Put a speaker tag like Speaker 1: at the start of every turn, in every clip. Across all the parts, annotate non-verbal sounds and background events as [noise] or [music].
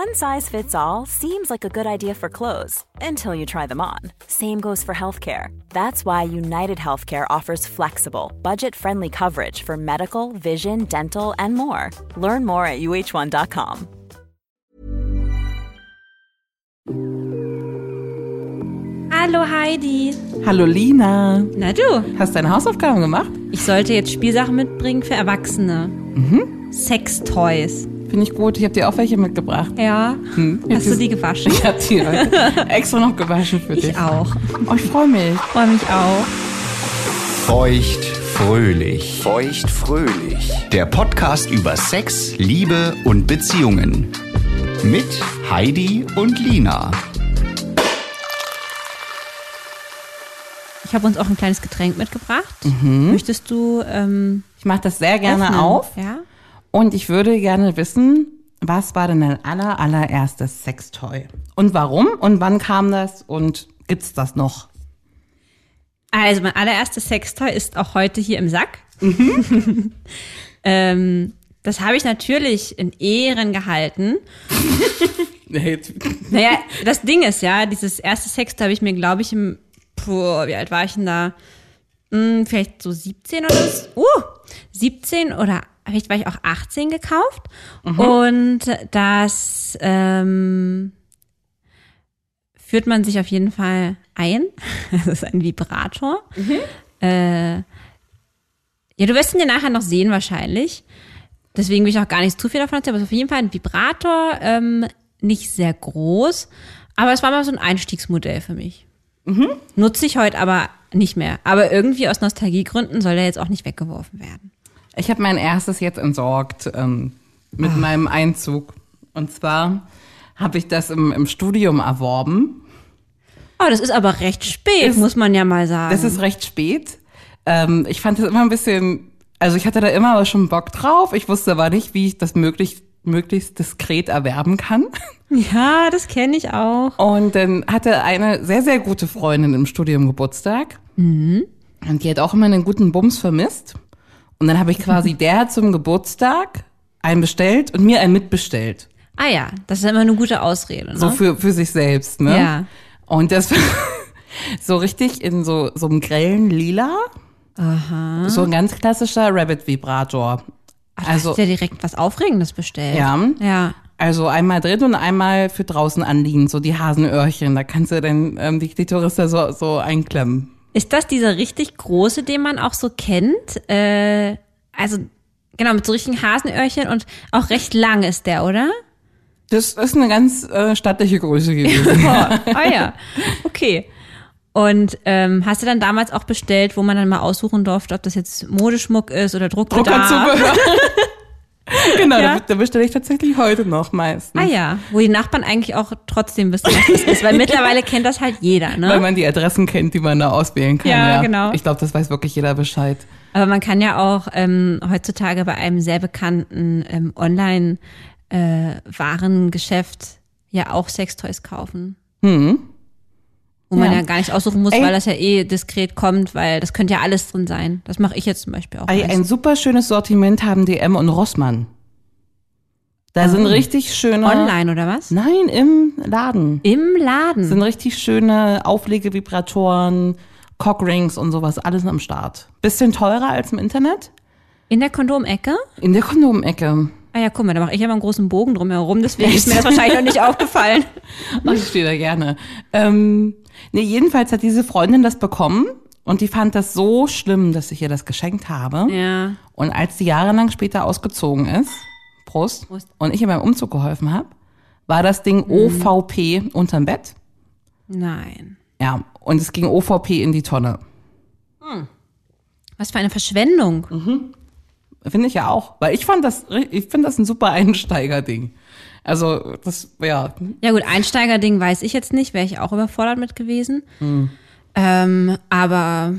Speaker 1: One size fits all seems like a good idea for clothes until you try them on. Same goes for healthcare. That's why United Healthcare offers flexible, budget friendly coverage for medical, vision, dental, and more. Learn more at uh1.com.
Speaker 2: Hallo Heidi.
Speaker 3: Hallo Lina,
Speaker 2: Na du,
Speaker 3: hast deine Hausaufgaben gemacht?
Speaker 2: ich sollte jetzt Spielsachen mitbringen für Erwachsene. Mhm. Sextoys.
Speaker 3: Finde ich gut, ich habe dir auch welche mitgebracht. [laughs]
Speaker 2: Ja. Hast du die gewaschen?
Speaker 3: Ich habe die heute extra noch gewaschen für dich.
Speaker 2: Ich auch.
Speaker 3: Oh, ich freue mich.
Speaker 2: Freue mich auch.
Speaker 4: Feucht fröhlich.
Speaker 5: Feucht fröhlich.
Speaker 4: Der Podcast über Sex, Liebe und Beziehungen. Mit Heidi und Lina.
Speaker 2: Ich habe uns auch ein kleines Getränk mitgebracht. Möchtest du ähm,
Speaker 3: Ich mache das sehr gerne
Speaker 2: öffnen?
Speaker 3: auf
Speaker 2: Ja.
Speaker 3: und ich würde gerne wissen, was war denn dein aller, allererstes Sextoy? Und warum und wann kam das und gibt's das noch?
Speaker 2: Also mein allererstes Sextoy ist auch heute hier im Sack. [laughs] ähm, das habe ich natürlich in Ehren gehalten. Naja, das Ding ist ja, dieses erste Sextoy habe ich mir, glaube ich, im, puh, wie alt war ich denn da? Hm, vielleicht so 17 oder so. Uh, 17 oder vielleicht war ich auch 18 gekauft. Und das ähm, führt man sich auf jeden Fall ein. [laughs] Das ist ein Vibrator. Äh, ja, du wirst ihn ja nachher noch sehen wahrscheinlich. Deswegen will ich auch gar nicht zu viel davon erzählen, aber es ist auf jeden Fall ein Vibrator, ähm, nicht sehr groß, aber es war mal so ein Einstiegsmodell für mich.
Speaker 3: Mhm.
Speaker 2: Nutze ich heute aber nicht mehr. Aber irgendwie aus Nostalgiegründen soll der jetzt auch nicht weggeworfen werden.
Speaker 3: Ich habe mein erstes jetzt entsorgt ähm, mit
Speaker 2: Ah.
Speaker 3: meinem Einzug. Und zwar habe ich das im, im Studium erworben.
Speaker 2: Oh, das ist aber recht spät, muss man ja mal sagen.
Speaker 3: Das ist recht spät. Ähm, ich fand das immer ein bisschen, also ich hatte da immer aber schon Bock drauf. Ich wusste aber nicht, wie ich das möglich, möglichst diskret erwerben kann. [laughs]
Speaker 2: ja, das kenne ich auch.
Speaker 3: Und dann hatte eine sehr, sehr gute Freundin im Studium Geburtstag. Und die hat auch immer einen guten Bums vermisst. Und dann habe ich quasi der zum Geburtstag einen bestellt und mir einen mitbestellt.
Speaker 2: Ah ja, das ist immer eine gute Ausrede. Ne?
Speaker 3: So für, für sich selbst, ne?
Speaker 2: Ja.
Speaker 3: Und das war [laughs] so richtig in so, so einem grellen Lila. Aha. So ein ganz klassischer Rabbit-Vibrator.
Speaker 2: Ach, also
Speaker 3: Also,
Speaker 2: hast du ja direkt was Aufregendes bestellt.
Speaker 3: Ja.
Speaker 2: Ja.
Speaker 3: also einmal drin und einmal für draußen anliegen, so die Hasenöhrchen. Da kannst du dann ähm, die Klitoris da so, so einklemmen.
Speaker 2: Ist das dieser richtig große, den man auch so kennt? Äh, also genau, mit so richtigen Hasenöhrchen und auch recht lang ist der, oder?
Speaker 3: Das ist eine ganz äh, stattliche
Speaker 2: [laughs]
Speaker 3: Größe gewesen.
Speaker 2: Ah ja, okay. Und ähm, hast du dann damals auch bestellt, wo man dann mal aussuchen durfte, ob das jetzt Modeschmuck ist oder Druckbedarf? [laughs]
Speaker 3: Druckerzubehör. genau,
Speaker 2: Ja.
Speaker 3: da, da bestelle ich tatsächlich heute noch meistens.
Speaker 2: Ah ja, wo die Nachbarn eigentlich auch trotzdem wissen, was das ist, weil mittlerweile kennt das halt jeder, ne?
Speaker 3: Weil man die Adressen kennt, die man da auswählen kann.
Speaker 2: Ja, genau.
Speaker 3: Ich glaube, das weiß wirklich jeder Bescheid.
Speaker 2: Aber man kann ja auch ähm, heutzutage bei einem sehr bekannten ähm, Online-Warengeschäft ja auch Sextoys kaufen. Hm. Wo man ja.
Speaker 3: Ja.
Speaker 2: gar nicht aussuchen muss,
Speaker 3: Ey.
Speaker 2: weil das ja eh diskret kommt, weil das könnte ja alles drin sein. Das mache ich jetzt zum Beispiel auch.
Speaker 3: Ei,
Speaker 2: meistens.
Speaker 3: ein super schönes Sortiment haben DM und Rossmann. Da sind richtig schöne.
Speaker 2: Online oder was?
Speaker 3: Nein, im Laden.
Speaker 2: Im Laden.
Speaker 3: Sind richtig schöne Auflegevibratoren, Cockrings und sowas, alles am Start. Bisschen teurer als im Internet.
Speaker 2: In der Kondomecke?
Speaker 3: In der Kondomecke.
Speaker 2: Ah ja, guck mal, da mache ich ja mal einen großen Bogen drumherum, deswegen ist
Speaker 3: [laughs]
Speaker 2: mir das wahrscheinlich noch nicht aufgefallen.
Speaker 3: Oh, ich stehe da gerne. Ähm, nee, jedenfalls hat diese Freundin das bekommen und die fand das so schlimm, dass ich ihr das geschenkt habe.
Speaker 2: Ja.
Speaker 3: Und als die jahrelang später ausgezogen ist, Prost,
Speaker 2: Prost. Mhm.
Speaker 3: und ich ihr beim Umzug geholfen habe, war das Ding OVP unterm Bett.
Speaker 2: Nein.
Speaker 3: Ja, und es ging OVP in die Tonne.
Speaker 2: Was für eine Verschwendung.
Speaker 3: Finde ich ja auch, weil ich fand das, ri- ich finde das ein super [laughs] Einsteigerding. Also, das, ja,
Speaker 2: Ja gut, Einsteigerding weiß ich jetzt nicht, wäre ich auch überfordert mit gewesen. Ähm, aber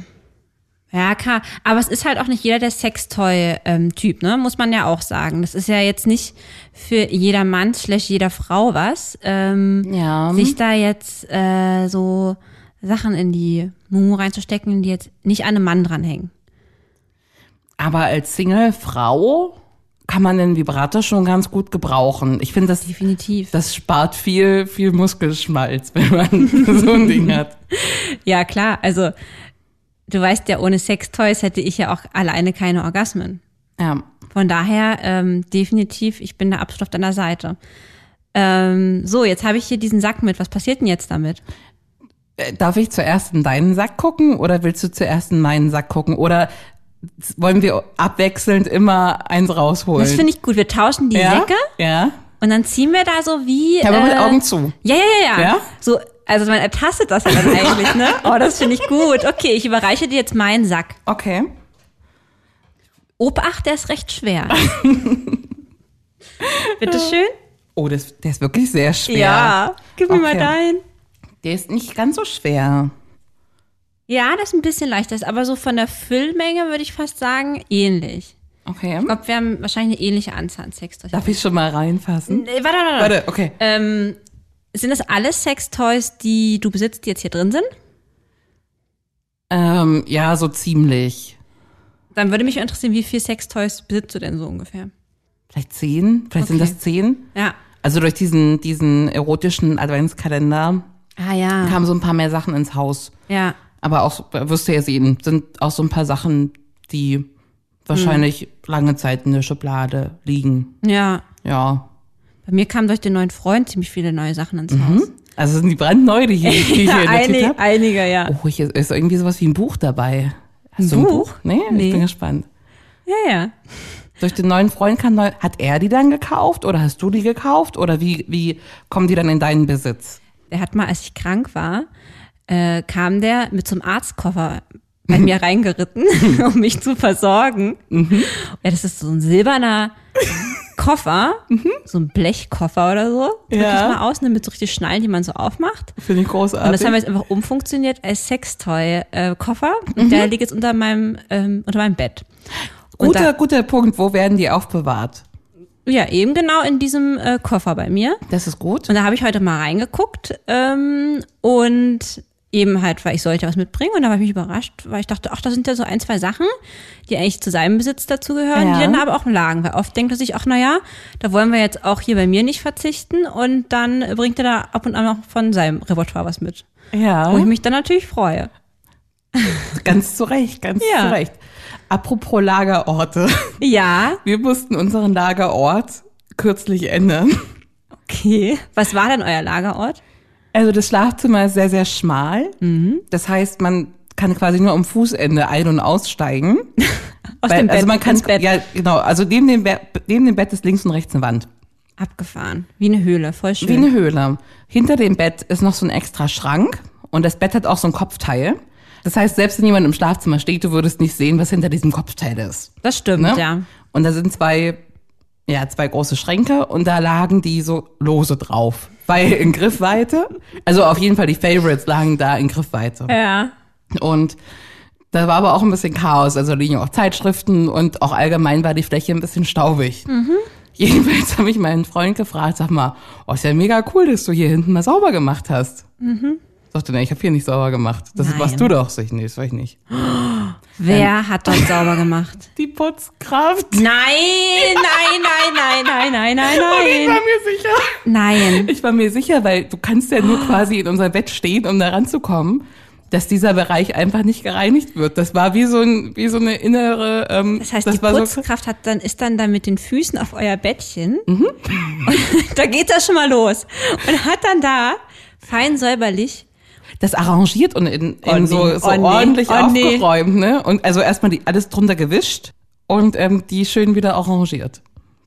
Speaker 2: ja, klar. Aber es ist halt auch nicht jeder der Sextoy-Typ, ne? Muss man ja auch sagen. Das ist ja jetzt nicht für jeder Mann slash jeder Frau was, ähm,
Speaker 3: Ja.
Speaker 2: sich da jetzt äh, so Sachen in die Mumu reinzustecken, die jetzt nicht an einem Mann dranhängen.
Speaker 3: Aber als Single-Frau kann man den Vibrator schon ganz gut gebrauchen. Ich finde, das,
Speaker 2: Definitiv.
Speaker 3: das spart viel, viel Muskelschmalz, [laughs] wenn man so ein Ding hat.
Speaker 2: Ja, klar. Also du weißt ja, ohne Sextoys hätte ich ja auch alleine keine Orgasmen.
Speaker 3: Ja.
Speaker 2: Von daher ähm, definitiv, ich bin da absolut auf deiner Seite. Ähm, so, jetzt habe ich hier diesen Sack mit. Was passiert denn jetzt damit?
Speaker 3: Äh, Darf ich zuerst in deinen Sack gucken oder willst du zuerst in meinen Sack gucken? Oder wollen wir abwechselnd immer eins rausholen?
Speaker 2: Das finde ich Äh, gut. Wir tauschen die
Speaker 3: ja?
Speaker 2: Säcke
Speaker 3: Ja.
Speaker 2: und dann ziehen wir da so wie.
Speaker 3: Ja, aber mit Augen zu.
Speaker 2: Ja, ja, ja, ja.
Speaker 3: Ja?
Speaker 2: So, also man ertastet das ja dann eigentlich, ne? Oh, das finde ich gut. Okay, ich überreiche dir jetzt meinen Sack.
Speaker 3: Okay.
Speaker 2: Obacht, der ist recht schwer. [laughs] Bitteschön?
Speaker 3: Oh, das, der ist wirklich sehr schwer.
Speaker 2: Gib mir mal
Speaker 3: Okay.
Speaker 2: deinen.
Speaker 3: Der ist nicht ganz so schwer.
Speaker 2: Ja, das ist ein bisschen leichter, ist aber so von der Füllmenge würde ich fast sagen, ähnlich.
Speaker 3: Okay.
Speaker 2: Ich glaube, wir haben wahrscheinlich eine ähnliche Anzahl an Sextoys.
Speaker 3: Darf ich schon mal reinfassen?
Speaker 2: Nee, warte, warte, warte.
Speaker 3: Warte, okay.
Speaker 2: Ähm, sind das alles Sextoys, die du besitzt, die jetzt hier drin sind?
Speaker 3: Ähm, ja, so ziemlich.
Speaker 2: Dann würde mich interessieren, wie viel Sextoys besitzt du denn so ungefähr?
Speaker 3: Vielleicht zehn? Vielleicht sind
Speaker 2: Okay.
Speaker 3: das zehn?
Speaker 2: Ja.
Speaker 3: Also durch diesen, diesen erotischen Adventskalender
Speaker 2: Ah ja.
Speaker 3: kamen so ein paar mehr Sachen ins Haus.
Speaker 2: Ja.
Speaker 3: Aber auch, wirst du ja sehen, sind auch so ein paar Sachen, die wahrscheinlich lange Zeit in der Schublade liegen.
Speaker 2: Ja.
Speaker 3: Ja.
Speaker 2: Bei mir kamen durch den neuen Freund ziemlich viele neue Sachen ins Haus.
Speaker 3: Also sind die brandneu, die, hier- die ich
Speaker 2: [laughs]
Speaker 3: hier in der Tüte hab.
Speaker 2: einige, ja.
Speaker 3: Oh, hier ist irgendwie sowas wie ein Buch dabei. Hast du ein
Speaker 2: Buch?
Speaker 3: Buch? Nee,
Speaker 2: Nee.
Speaker 3: ich bin gespannt.
Speaker 2: Ja, ja.
Speaker 3: Durch den neuen Freund kann neu. Hat er die dann gekauft oder hast du die gekauft? Oder wie, wie kommen die dann in deinen Besitz?
Speaker 2: Der hat mal, als ich krank war, äh, kam der mit so einem Arztkoffer bei mir reingeritten, [laughs] um mich zu versorgen. Ja, das ist so ein silberner Koffer, so ein Blechkoffer oder so. Drück
Speaker 3: Ja.
Speaker 2: ich mal aus, ne, mit so richtig Schnallen, die man so aufmacht.
Speaker 3: Finde ich großartig.
Speaker 2: Und das haben wir jetzt einfach umfunktioniert als Sextoy-Koffer. Und der liegt jetzt unter meinem, ähm, unter meinem Bett. Und
Speaker 3: Guter, guter Punkt. Wo werden die aufbewahrt?
Speaker 2: da, ja, eben genau in diesem äh, Koffer bei mir.
Speaker 3: Das ist gut.
Speaker 2: Und da habe ich heute mal reingeguckt ähm, und eben halt, weil ich sollte was mitbringen und da war ich mich überrascht, weil ich dachte, ach, da sind ja so ein, zwei Sachen, die eigentlich zu seinem Besitz dazugehören, die
Speaker 3: Ja.
Speaker 2: dann aber auch lagen. Weil oft denkt er sich, ach naja, da wollen wir jetzt auch hier bei mir nicht verzichten und dann bringt er da ab und an auch von seinem Repertoire was mit.
Speaker 3: Ja,
Speaker 2: Wo ich mich dann natürlich freue.
Speaker 3: ganz zu Recht, ganz
Speaker 2: Ja.
Speaker 3: zu Recht. Apropos Lagerorte. [laughs]
Speaker 2: Ja,
Speaker 3: Wir mussten unseren Lagerort kürzlich ändern.
Speaker 2: okay. Was war denn euer Lagerort? [laughs]
Speaker 3: Also das Schlafzimmer ist sehr, sehr schmal.
Speaker 2: Mhm.
Speaker 3: Das heißt, man kann quasi nur am Fußende ein- und aussteigen.
Speaker 2: Aus
Speaker 3: Weil-
Speaker 2: dem Bett
Speaker 3: also man kann,
Speaker 2: ins Bett
Speaker 3: ja, genau. Also neben dem, Be neben dem Bett ist links und rechts eine Wand.
Speaker 2: abgefahren. Wie eine Höhle, voll schön.
Speaker 3: Wie eine Höhle. Hinter dem Bett ist noch so ein extra Schrank und das Bett hat auch so ein Kopfteil. Das heißt, selbst wenn jemand im Schlafzimmer steht, du würdest nicht sehen, was hinter diesem Kopfteil ist.
Speaker 2: das stimmt,
Speaker 3: Ne?
Speaker 2: ja.
Speaker 3: Und da sind zwei, ja, zwei große Schränke und da lagen die so lose drauf. Weil in Griffweite, also auf jeden Fall die Favorites lagen da in Griffweite.
Speaker 2: Ja.
Speaker 3: Und da war aber auch ein bisschen Chaos. Also liegen auch Zeitschriften und auch allgemein war die Fläche ein bisschen staubig.
Speaker 2: Mhm.
Speaker 3: Jedenfalls habe ich meinen Freund gefragt, sag mal, oh, ist ja mega cool, dass du hier hinten mal sauber gemacht hast. Mhm. Sagte, ne, ich habe hier nicht sauber gemacht. Das
Speaker 2: Nein.
Speaker 3: machst du doch. Sag ich, nee, das war ich nicht.
Speaker 2: Wer hat dort sauber gemacht?
Speaker 3: Die Putzkraft.
Speaker 2: Nein, nein, nein, nein, nein, nein, nein,
Speaker 3: [laughs] Oh, Ich war
Speaker 2: nein.
Speaker 3: mir sicher.
Speaker 2: Nein.
Speaker 3: Ich war mir sicher, weil du kannst ja nur quasi in unser Bett stehen, um da ranzukommen. dass dieser Bereich einfach nicht gereinigt wird. Das war wie so, ein, wie so eine innere. Ähm,
Speaker 2: Das heißt, die
Speaker 3: war so-
Speaker 2: Putzkraft hat dann, ist dann da mit den Füßen auf euer Bettchen.
Speaker 3: Mhm.
Speaker 2: Und [laughs] da geht das schon mal los. Und hat dann da fein säuberlich
Speaker 3: das arrangiert und in, in
Speaker 2: Oh nee,
Speaker 3: so, so
Speaker 2: oh nee,
Speaker 3: ordentlich
Speaker 2: oh nee.
Speaker 3: aufgeräumt, ne? Und also erstmal die alles drunter gewischt und ähm, die schön wieder arrangiert.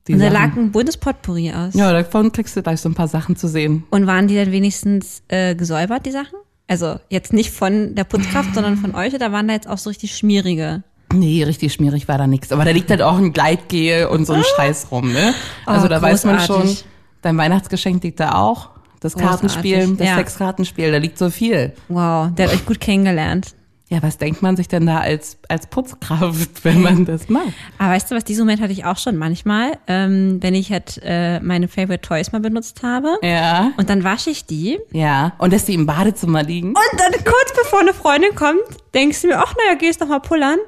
Speaker 3: Die
Speaker 2: und da
Speaker 3: Sachen.
Speaker 2: lag ein buntes Potpourri aus.
Speaker 3: ja, davon kriegst du gleich so ein paar Sachen zu sehen.
Speaker 2: Und waren die dann wenigstens äh, gesäubert, die Sachen? Also jetzt nicht von der Putzkraft, sondern von euch. Oder waren da jetzt auch so richtig schmierige?
Speaker 3: Nee, richtig schmierig war da nichts. Aber da liegt halt auch ein Gleitgel und so ein Scheiß rum, ne? Also da weiß man schon,
Speaker 2: Ah. großartig.
Speaker 3: dein Weihnachtsgeschenk liegt da auch. Das
Speaker 2: Großartig,
Speaker 3: Kartenspiel, das
Speaker 2: ja.
Speaker 3: Sexkartenspiel, da liegt so viel.
Speaker 2: Wow, der hat euch gut kennengelernt.
Speaker 3: Ja, was denkt man sich denn da als, als Putzkraft, [laughs] wenn man das macht?
Speaker 2: Aber weißt du was, diesen Moment hatte ich auch schon manchmal, ähm, wenn ich halt äh, meine Favorite Toys mal benutzt habe.
Speaker 3: Ja.
Speaker 2: Und dann wasche ich die
Speaker 3: Ja. Und dass die im Badezimmer liegen.
Speaker 2: Und dann kurz bevor eine Freundin kommt, denkst du mir, ach naja, gehst noch mal pullern.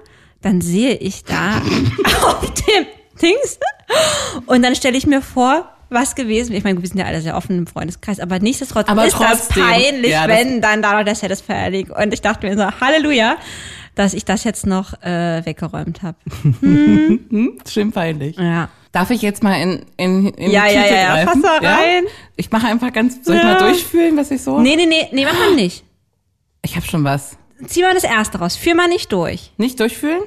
Speaker 2: Dann sehe ich
Speaker 3: [laughs]
Speaker 2: da auf dem Dings. Und dann stelle ich mir vor, was gewesen wäre. Ich meine, gut, wir sind ja alle sehr offen im Freundeskreis, aber nichtsdestotrotz
Speaker 3: Aber
Speaker 2: ist
Speaker 3: trotzdem,
Speaker 2: das peinlich,
Speaker 3: ja, das-
Speaker 2: wenn dann da noch der Satisfier liegt. Und ich dachte mir so, Halleluja, dass ich das jetzt noch äh, weggeräumt habe.
Speaker 3: Schön peinlich.
Speaker 2: Ja.
Speaker 3: Darf ich jetzt mal in, in, in
Speaker 2: Ja,
Speaker 3: die
Speaker 2: ja,
Speaker 3: Tüte
Speaker 2: ja, ja.
Speaker 3: greifen?
Speaker 2: Fass da rein.
Speaker 3: Ich mache einfach ganz, soll ich
Speaker 2: Ja.
Speaker 3: mal durchfühlen, was ich so?
Speaker 2: Nee, nee, nee, nee, mach mal nicht.
Speaker 3: Ich habe schon was.
Speaker 2: Zieh mal das erste raus, führ mal nicht durch.
Speaker 3: Nicht durchfühlen?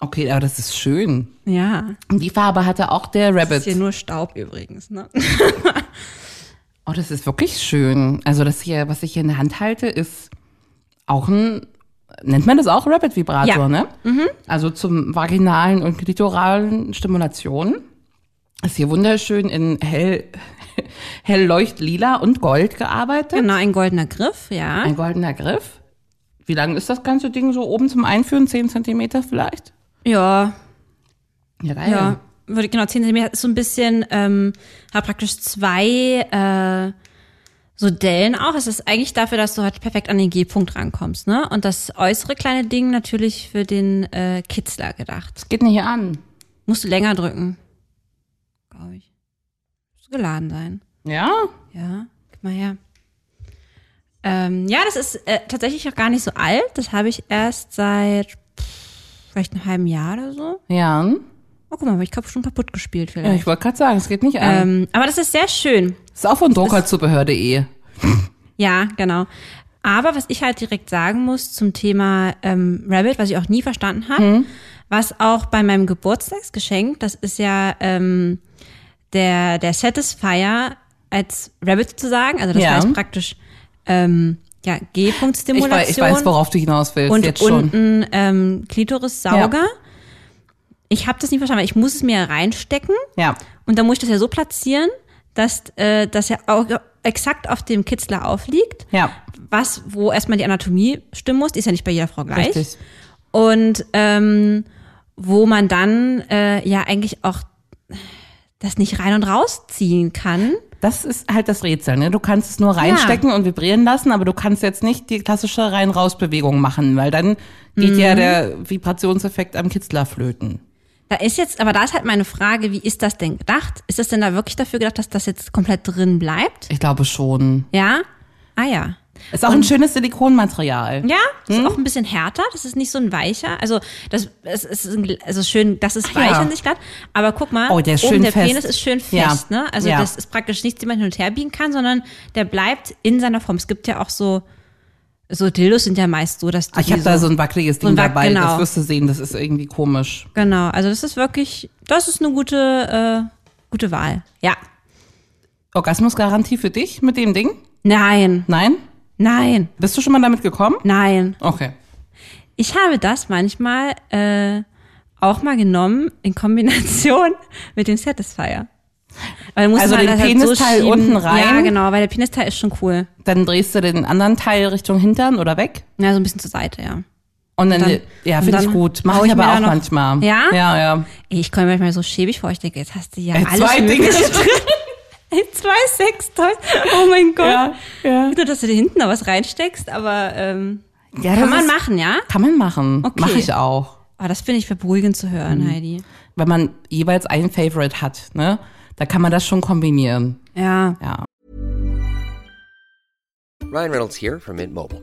Speaker 3: okay, aber das ist schön.
Speaker 2: Ja.
Speaker 3: Und Die Farbe hatte auch der
Speaker 2: Ist hier
Speaker 3: Rabbit.
Speaker 2: nur Staub übrigens, ne?
Speaker 3: Oh, das ist wirklich schön. Also das hier, was ich hier in der Hand halte, ist auch ein, nennt man das auch Rabbit-Vibrator,
Speaker 2: Ja.
Speaker 3: ne? Also zum vaginalen und klitoralen Stimulation. Ist hier wunderschön in hell, [laughs] hell leuchtlila und gold gearbeitet.
Speaker 2: [laughs] Genau, ein goldener Griff, ja.
Speaker 3: Ein goldener Griff. Wie lang ist das ganze Ding so oben zum Einführen? Zehn Zentimeter vielleicht?
Speaker 2: Ja,
Speaker 3: Ja, geil.
Speaker 2: ja. Würde, genau, 10 cm ist so ein bisschen, ähm, hat praktisch zwei äh, so Dellen auch. Es ist eigentlich dafür, dass du halt perfekt an den G-Punkt rankommst, ne? Und das äußere kleine Ding natürlich für den äh, Kitzler gedacht.
Speaker 3: Geht nicht an.
Speaker 2: Musst du länger drücken. Glaube ich. Musst du geladen sein.
Speaker 3: Ja?
Speaker 2: Ja, gib mal her. Ähm, ja, das ist äh, tatsächlich auch gar nicht so alt. Das habe ich erst seit pff, vielleicht einem halben Jahr oder so.
Speaker 3: Ja.
Speaker 2: Oh, guck mal, aber ich habe schon kaputt gespielt vielleicht.
Speaker 3: Ja, ich wollte gerade sagen, es geht nicht an.
Speaker 2: Ähm, aber das ist sehr schön.
Speaker 3: ist auch von druckerzubehör.de.
Speaker 2: Ja, genau. Aber was ich halt direkt sagen muss zum Thema ähm, Rabbit, was ich auch nie verstanden habe,
Speaker 3: Hm.
Speaker 2: was auch bei meinem Geburtstagsgeschenk, das ist ja ähm, der, der Satisfier als Rabbit sozusagen, also das
Speaker 3: Ja.
Speaker 2: heißt praktisch ähm, ja,
Speaker 3: Ich,
Speaker 2: G-Punkt-Stimulation.
Speaker 3: wei- ich weiß, worauf du hinaus willst
Speaker 2: und
Speaker 3: jetzt schon.
Speaker 2: unten ähm, Klitorissauger. Ich habe das nicht verstanden, weil ich muss es mir reinstecken
Speaker 3: Ja.
Speaker 2: Und dann muss ich das ja so platzieren, dass, äh, dass er auch exakt auf dem Kitzler aufliegt.
Speaker 3: Ja.
Speaker 2: Was, wo erstmal die Anatomie stimmen muss, die ist ja nicht bei jeder Frau gleich.
Speaker 3: Richtig.
Speaker 2: Und ähm, wo man dann äh, ja eigentlich auch das nicht rein und rausziehen kann.
Speaker 3: Das ist halt das Rätsel, ne? Du kannst es nur reinstecken und vibrieren lassen, aber du kannst jetzt nicht die klassische Rein-Raus-Bewegung machen, weil dann geht
Speaker 2: Mhm.
Speaker 3: ja der Vibrationseffekt am Kitzler flöten.
Speaker 2: Da ist jetzt, aber da ist halt meine Frage, wie ist das denn gedacht? Ist das denn da wirklich dafür gedacht, dass das jetzt komplett drin bleibt?
Speaker 3: Ich glaube schon.
Speaker 2: Ja? Ah ja.
Speaker 3: Ist auch ein schönes Silikonmaterial.
Speaker 2: Ja, das
Speaker 3: Hm?
Speaker 2: ist auch ein bisschen härter. Das ist nicht so ein weicher. Also das es ist ein- also schön, das ist
Speaker 3: Ach
Speaker 2: weich
Speaker 3: Ah, ja.
Speaker 2: an sich gerade. Aber guck mal,
Speaker 3: Oh, der ist
Speaker 2: oben
Speaker 3: schön
Speaker 2: der
Speaker 3: fest.
Speaker 2: Penis ist schön
Speaker 3: Ja.
Speaker 2: fest. Ne? Also
Speaker 3: Ja.
Speaker 2: das ist praktisch nichts, den man hin und her biegen kann, sondern der bleibt in seiner Form. Es gibt ja auch so so Dildos sind ja meist so, dass die
Speaker 3: Ah, Ich habe da so ein wackeliges
Speaker 2: so ein
Speaker 3: Ding
Speaker 2: Wack-
Speaker 3: dabei,
Speaker 2: genau.
Speaker 3: das wirst du sehen, das ist irgendwie komisch.
Speaker 2: genau. Also das ist wirklich, das ist eine gute äh, gute Wahl. Ja.
Speaker 3: Orgasmusgarantie für dich mit dem Ding?
Speaker 2: Nein,
Speaker 3: Nein?
Speaker 2: nein,
Speaker 3: Bist du schon mal damit gekommen?
Speaker 2: nein.
Speaker 3: Okay.
Speaker 2: Ich habe das manchmal äh, auch mal genommen in Kombination [laughs] mit dem Satisfier. Weil muss
Speaker 3: Also
Speaker 2: man
Speaker 3: den
Speaker 2: das halt
Speaker 3: Penisteil
Speaker 2: schieben.
Speaker 3: unten rein?
Speaker 2: Ja, genau, weil der Penisteil ist schon cool.
Speaker 3: Dann drehst du den anderen Teil Richtung Hintern oder weg?
Speaker 2: Ja, so ein bisschen zur Seite, ja.
Speaker 3: Und dann,
Speaker 2: Und dann-
Speaker 3: ja,
Speaker 2: und
Speaker 3: finde ich
Speaker 2: dann
Speaker 3: gut.
Speaker 2: hau
Speaker 3: Mache ich
Speaker 2: ich mir
Speaker 3: aber
Speaker 2: da
Speaker 3: auch
Speaker 2: noch-
Speaker 3: manchmal.
Speaker 2: Ja?
Speaker 3: Ja, ja.
Speaker 2: Ey, Ich komme mir manchmal so schäbig vor, ich denke, jetzt hast du ja
Speaker 3: Äh,
Speaker 2: alles
Speaker 3: zwei Dinge.
Speaker 2: Mögliche drin. Ey, Zwei Sextoys. Oh mein Gott.
Speaker 3: Ja, ja.
Speaker 2: Nur, dass du dir hinten noch was reinsteckst, aber ähm,
Speaker 3: ja
Speaker 2: kann
Speaker 3: das
Speaker 2: man
Speaker 3: ist-
Speaker 2: machen, ja?
Speaker 3: Kann man machen.
Speaker 2: Okay.
Speaker 3: Mache ich auch.
Speaker 2: Aber das finde ich beruhigend zu
Speaker 3: Mhm.
Speaker 2: hören, Heidi.
Speaker 3: Wenn man jeweils ein Favorite hat, ne? Da kann man das schon kombinieren.
Speaker 2: Ja.
Speaker 3: Ja.
Speaker 6: Ryan Reynolds here from Mint Mobile.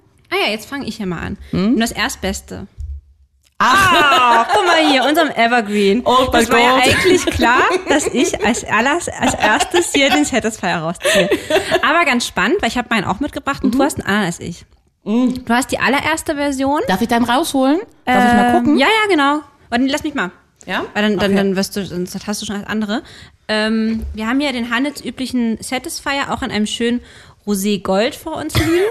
Speaker 2: Ah ja, jetzt fange ich ja mal an.
Speaker 3: Hm?
Speaker 2: Nur das Erstbeste. Ah, guck mal hier, unserem Evergreen.
Speaker 3: Oh mein
Speaker 2: das war ja
Speaker 3: Gott.
Speaker 2: eigentlich klar, dass ich als, alles, als erstes hier den Satisfier rausziehe. Aber ganz spannend, weil ich habe meinen auch mitgebracht
Speaker 3: Mhm.
Speaker 2: und du hast einen anderen als ich. Du hast die allererste Version.
Speaker 3: Darf ich dann rausholen? Mhm. Darf ich mal gucken?
Speaker 2: Ja, ja, genau. Warte, lass mich mal.
Speaker 3: Ja?
Speaker 2: Weil dann, dann,
Speaker 3: Okay.
Speaker 2: dann wirst du, sonst hast du schon als andere. Ähm, wir haben hier den handelsüblichen Satisfier auch in einem schönen Rosé-Gold vor uns liegen.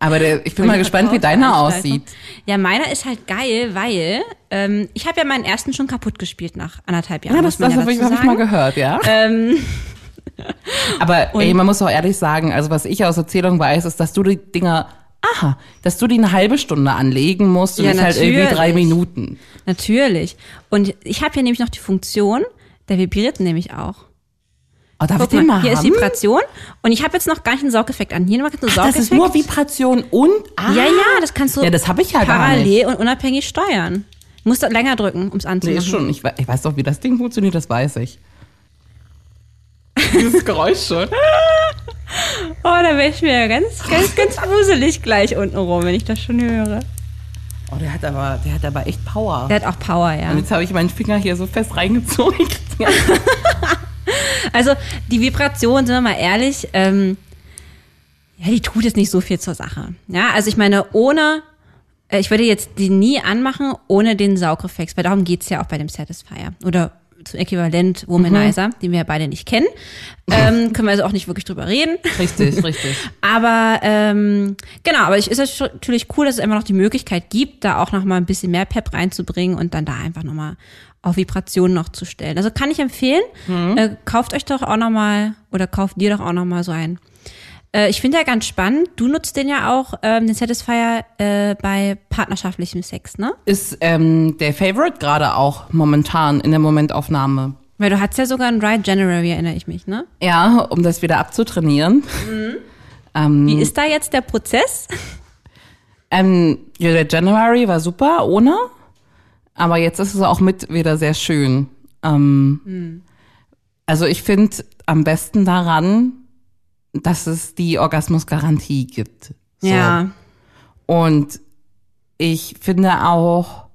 Speaker 3: Aber der,
Speaker 2: oh
Speaker 3: ich bin mal gespannt, wie deiner aussieht.
Speaker 2: Ja, meiner ist halt geil, weil ähm, ich habe ja meinen ersten schon kaputt gespielt nach anderthalb Jahren.
Speaker 3: Ja, das,
Speaker 2: muss man
Speaker 3: das habe ich,
Speaker 2: dazu Ähm,
Speaker 3: hab ich mal
Speaker 2: sagen.
Speaker 3: gehört, ja. [laughs] Aber ey, man muss auch ehrlich sagen, also was ich aus Erzählung weiß, ist, dass du die Dinger, aha, dass du die eine halbe Stunde anlegen musst und
Speaker 2: Ja,
Speaker 3: nicht halt irgendwie drei
Speaker 2: natürlich.
Speaker 3: Minuten.
Speaker 2: [laughs] Natürlich. Und ich habe hier nämlich noch die Funktion, der vibriert nämlich auch.
Speaker 3: Oh, darf ich
Speaker 2: Guck
Speaker 3: den
Speaker 2: mal,
Speaker 3: mal
Speaker 2: hier ist
Speaker 3: haben?
Speaker 2: Vibration und ich habe jetzt noch gar nicht einen Saugeffekt an. Hier nochmal einen
Speaker 3: Das
Speaker 2: Saugeffekt.
Speaker 3: ist nur Vibration und, ah,
Speaker 2: Ja, ja, das kannst du
Speaker 3: Ja, das hab ich ja gar
Speaker 2: parallel und unabhängig steuern. Musst du länger drücken, um es
Speaker 3: Nee,
Speaker 2: anzumachen.
Speaker 3: ist schon. Ich, we- ich weiß doch, wie das Ding funktioniert, das weiß ich.
Speaker 2: [laughs]
Speaker 3: Dieses Geräusch
Speaker 2: Oh,
Speaker 3: schon.
Speaker 2: da wäre ich mir ganz, ganz,
Speaker 3: [laughs]
Speaker 2: ganz wuselig gleich unten rum, wenn ich das schon höre.
Speaker 3: Oh, der hat aber, der hat aber echt Power.
Speaker 2: Der hat auch Power, ja.
Speaker 3: Und jetzt habe ich meinen Finger hier so fest reingezogen.
Speaker 2: Also die Vibration, sind wir mal ehrlich, ähm, ja, die tut jetzt nicht so viel zur Sache. Ja, also ich meine, ohne, äh, ich würde jetzt die nie anmachen ohne den Saugreflex, weil darum geht's ja auch bei dem Satisfier. Oder zum Äquivalent Womanizer, den wir ja beide nicht kennen. Ähm, können wir also auch nicht wirklich drüber reden.
Speaker 3: richtig, richtig.
Speaker 2: Aber ähm, genau, aber ich ist es schon- natürlich cool, dass es einfach noch die Möglichkeit gibt, da auch noch mal ein bisschen mehr Pep reinzubringen und dann da einfach noch mal auf Vibrationen noch zu stellen. Also kann ich empfehlen, äh, kauft euch doch auch noch mal oder kauft dir doch auch noch mal so einen. Äh, ich finde ja ganz spannend, du nutzt den ja auch, ähm, den Satisfier, äh, bei partnerschaftlichem Sex, ne?
Speaker 3: [laughs] Ist ähm, der Favorite gerade auch momentan in der Momentaufnahme.
Speaker 2: Weil du hattest ja sogar einen Right January, erinnere ich mich, ne?
Speaker 3: Ja, um das wieder abzutrainieren.
Speaker 2: Mhm. Wie ist da jetzt der Prozess?
Speaker 3: Ähm, ja, der January war super, ohne. Aber jetzt ist es auch mit wieder sehr schön. Ähm,
Speaker 2: Mhm.
Speaker 3: Also ich finde am besten daran, dass es die Orgasmusgarantie gibt. So.
Speaker 2: Ja.
Speaker 3: Und ich finde auch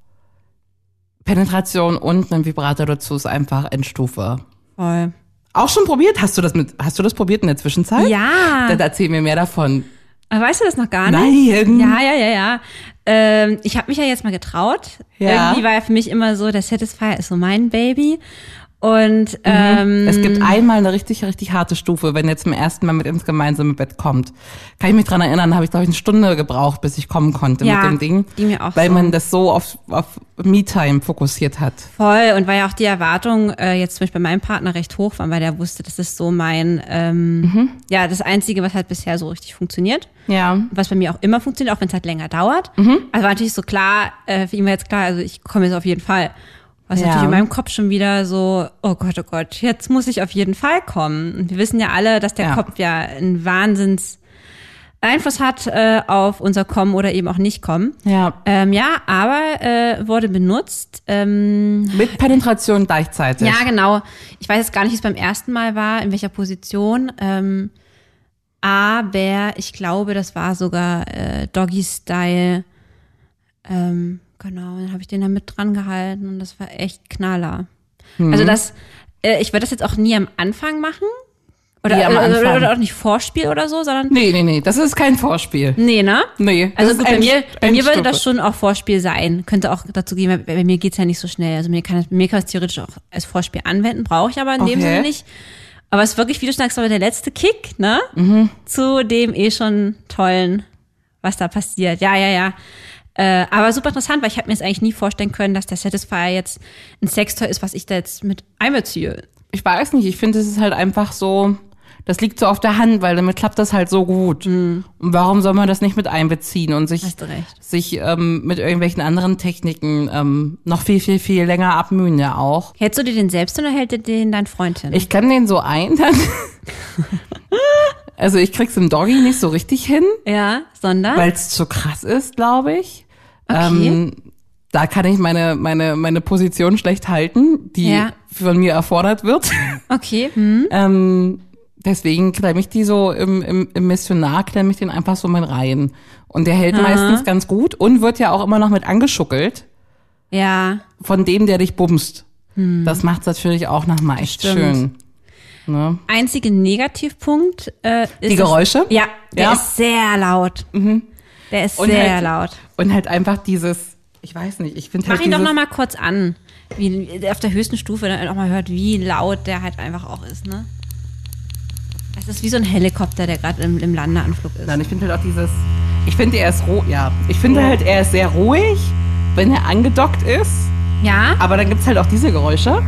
Speaker 3: Penetration und ein Vibrator dazu ist einfach Endstufe.
Speaker 2: Voll.
Speaker 3: Auch schon probiert? Hast du das mit? Hast du das probiert in der Zwischenzeit?
Speaker 2: Ja.
Speaker 3: Dann erzähl mir mehr davon.
Speaker 2: Aber Ah, Weißt du das noch gar nicht?
Speaker 3: Nein.
Speaker 2: Ja, ja, ja, ja. Ähm, ich habe mich ja jetzt mal getraut.
Speaker 3: Ja.
Speaker 2: Irgendwie war ja für mich immer so, der Satisfier ist so mein Baby.
Speaker 3: Mhm.
Speaker 2: Und ähm,
Speaker 3: Es gibt einmal eine richtig, richtig harte Stufe, wenn ihr zum ersten Mal mit ins gemeinsame Bett kommt. Kann ich mich dran erinnern, habe ich, glaube ich, eine Stunde gebraucht, bis ich kommen konnte
Speaker 2: Ja,
Speaker 3: mit dem Ding.
Speaker 2: ging mir auch
Speaker 3: weil
Speaker 2: so.
Speaker 3: man das so auf, auf Me-Time fokussiert hat.
Speaker 2: voll und war ja auch die Erwartung äh, jetzt zum Beispiel bei meinem Partner recht hoch, waren, weil der wusste, das ist so mein, ähm,
Speaker 3: Mhm.
Speaker 2: ja, das Einzige, was halt bisher so richtig funktioniert.
Speaker 3: Ja.
Speaker 2: was bei mir auch immer funktioniert, auch wenn es halt länger dauert.
Speaker 3: Mhm.
Speaker 2: Also war natürlich so klar, äh, für ihn war jetzt klar, also ich komme jetzt auf jeden Fall. Was
Speaker 3: Ja.
Speaker 2: natürlich in meinem Kopf schon wieder so, oh Gott, oh Gott, jetzt muss ich auf jeden Fall kommen. Und wir wissen ja alle, dass der
Speaker 3: Ja.
Speaker 2: Kopf ja einen Wahnsinns Einfluss hat äh, auf unser Kommen oder eben auch nicht Kommen.
Speaker 3: Ja.
Speaker 2: Ähm, ja, aber äh, wurde benutzt. Ähm,
Speaker 3: Mit Penetration gleichzeitig.
Speaker 2: ja, genau. Ich weiß jetzt gar nicht, wie es beim ersten Mal war, in welcher Position. Ähm, aber ich glaube, das war sogar äh, Doggy-Style.
Speaker 3: Mhm.
Speaker 2: Ähm, genau, dann habe ich den da mit dran gehalten und das war echt Knaller. Also das äh, ich würde das jetzt auch nie am Anfang machen. Oder,
Speaker 3: Nie am
Speaker 2: äh,
Speaker 3: Anfang.
Speaker 2: oder auch nicht Vorspiel oder so, sondern.
Speaker 3: Nee, nee, nee, das ist kein Vorspiel.
Speaker 2: Nee, ne?
Speaker 3: Nee, das
Speaker 2: Also
Speaker 3: ist
Speaker 2: gut, bei
Speaker 3: End-
Speaker 2: mir, bei mir würde das
Speaker 3: Endstufe.
Speaker 2: schon auch Vorspiel sein. Könnte auch dazu gehen, weil bei, bei mir geht's ja nicht so schnell. Also mir kann, das- mir kann das theoretisch auch als Vorspiel anwenden, brauche ich aber in dem
Speaker 3: Okay.
Speaker 2: Sinne nicht. Aber es ist wirklich, wie du schon sagst, aber der letzte Kick, ne?
Speaker 3: Mhm.
Speaker 2: Zu dem eh schon tollen, was da passiert. Ja, ja, ja. Äh, aber super interessant, weil ich habe mir jetzt eigentlich nie vorstellen können, dass der Satisfier jetzt ein Sextoy ist, was ich da jetzt mit einbeziehe.
Speaker 3: Ich weiß nicht, ich finde, es ist halt einfach so, das liegt so auf der Hand, weil damit klappt das halt so gut. Und warum soll man das nicht mit einbeziehen und sich,
Speaker 2: Mhm. Hast du recht.
Speaker 3: sich ähm, mit irgendwelchen anderen Techniken ähm, noch viel, viel, viel länger abmühen ja auch.
Speaker 2: Hältst du dir den selbst oder hält dir den dein Freund hin?
Speaker 3: Ich kann den so ein, [laughs] dann also ich krieg's im Doggy nicht so richtig hin,
Speaker 2: ja, sondern?
Speaker 3: weil ähm, es zu krass ist, glaube ich.
Speaker 2: Ah. Okay.
Speaker 3: da kann ich meine, meine, meine Position schlecht halten, die
Speaker 2: Ja.
Speaker 3: von mir erfordert wird.
Speaker 2: okay. Hm.
Speaker 3: Ähm, deswegen klemme ich die so im, im, im Missionar, klemme ich den einfach so mit rein. Und der hält meistens ganz gut und wird ja auch immer noch mit angeschuckelt
Speaker 2: Ja.
Speaker 3: von dem, der dich bumst. Das macht's natürlich auch nochmal echt
Speaker 2: Hm. Stimmt.
Speaker 3: schön.
Speaker 2: einzige Negativpunkt äh, ist
Speaker 3: Die Geräusche?
Speaker 2: Das, ja, der
Speaker 3: Ja. Mhm.
Speaker 2: ist sehr laut. Der ist
Speaker 3: Und
Speaker 2: sehr
Speaker 3: halt-
Speaker 2: laut.
Speaker 3: Und halt einfach dieses, ich weiß nicht, ich finde halt
Speaker 2: Mach ihn doch
Speaker 3: dieses,
Speaker 2: noch mal kurz an, wie der auf der höchsten Stufe dann auch mal hört, wie laut der halt einfach auch ist, ne? Es ist wie so ein Helikopter, der gerade im, im Landeanflug ist.
Speaker 3: Nein, ich finde halt auch dieses, ich finde, er ist roh, ja. Ich finde halt, er ist sehr ruhig, wenn er angedockt ist.
Speaker 2: Ja?
Speaker 3: Aber dann gibt's halt auch diese Geräusche.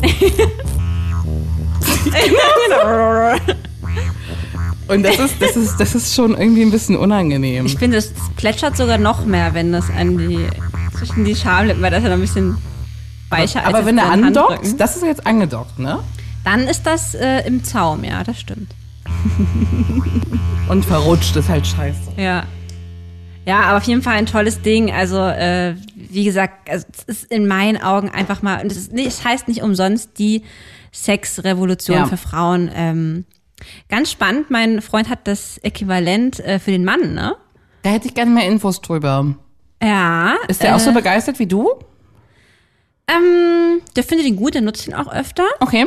Speaker 3: [laughs] Und das ist, das ist, das ist schon irgendwie ein bisschen unangenehm.
Speaker 2: Ich finde, es plätschert sogar noch mehr, wenn das an die zwischen die Schamlippen, weil das ja noch ein bisschen weicher als
Speaker 3: Aber
Speaker 2: jetzt
Speaker 3: wenn
Speaker 2: so
Speaker 3: er
Speaker 2: ein
Speaker 3: andockt,
Speaker 2: Handrücken.
Speaker 3: das ist jetzt angedockt, ne?
Speaker 2: dann ist das äh, im Zaum, ja, das stimmt.
Speaker 3: Und verrutscht ist halt scheiße.
Speaker 2: Ja. Ja, aber auf jeden Fall ein tolles Ding. Also, äh, wie gesagt, also, es ist in meinen Augen einfach mal, und es, ist, nee, es heißt nicht umsonst die Sexrevolution
Speaker 3: Ja.
Speaker 2: für Frauen. Ähm, ganz spannend, mein Freund hat das Äquivalent äh, für den Mann, ne?
Speaker 3: Da hätte ich gerne mehr Infos drüber.
Speaker 2: Ja.
Speaker 3: Ist der auch so begeistert wie du?
Speaker 2: Ähm, der findet ihn gut, der nutzt ihn auch öfter.
Speaker 3: Okay.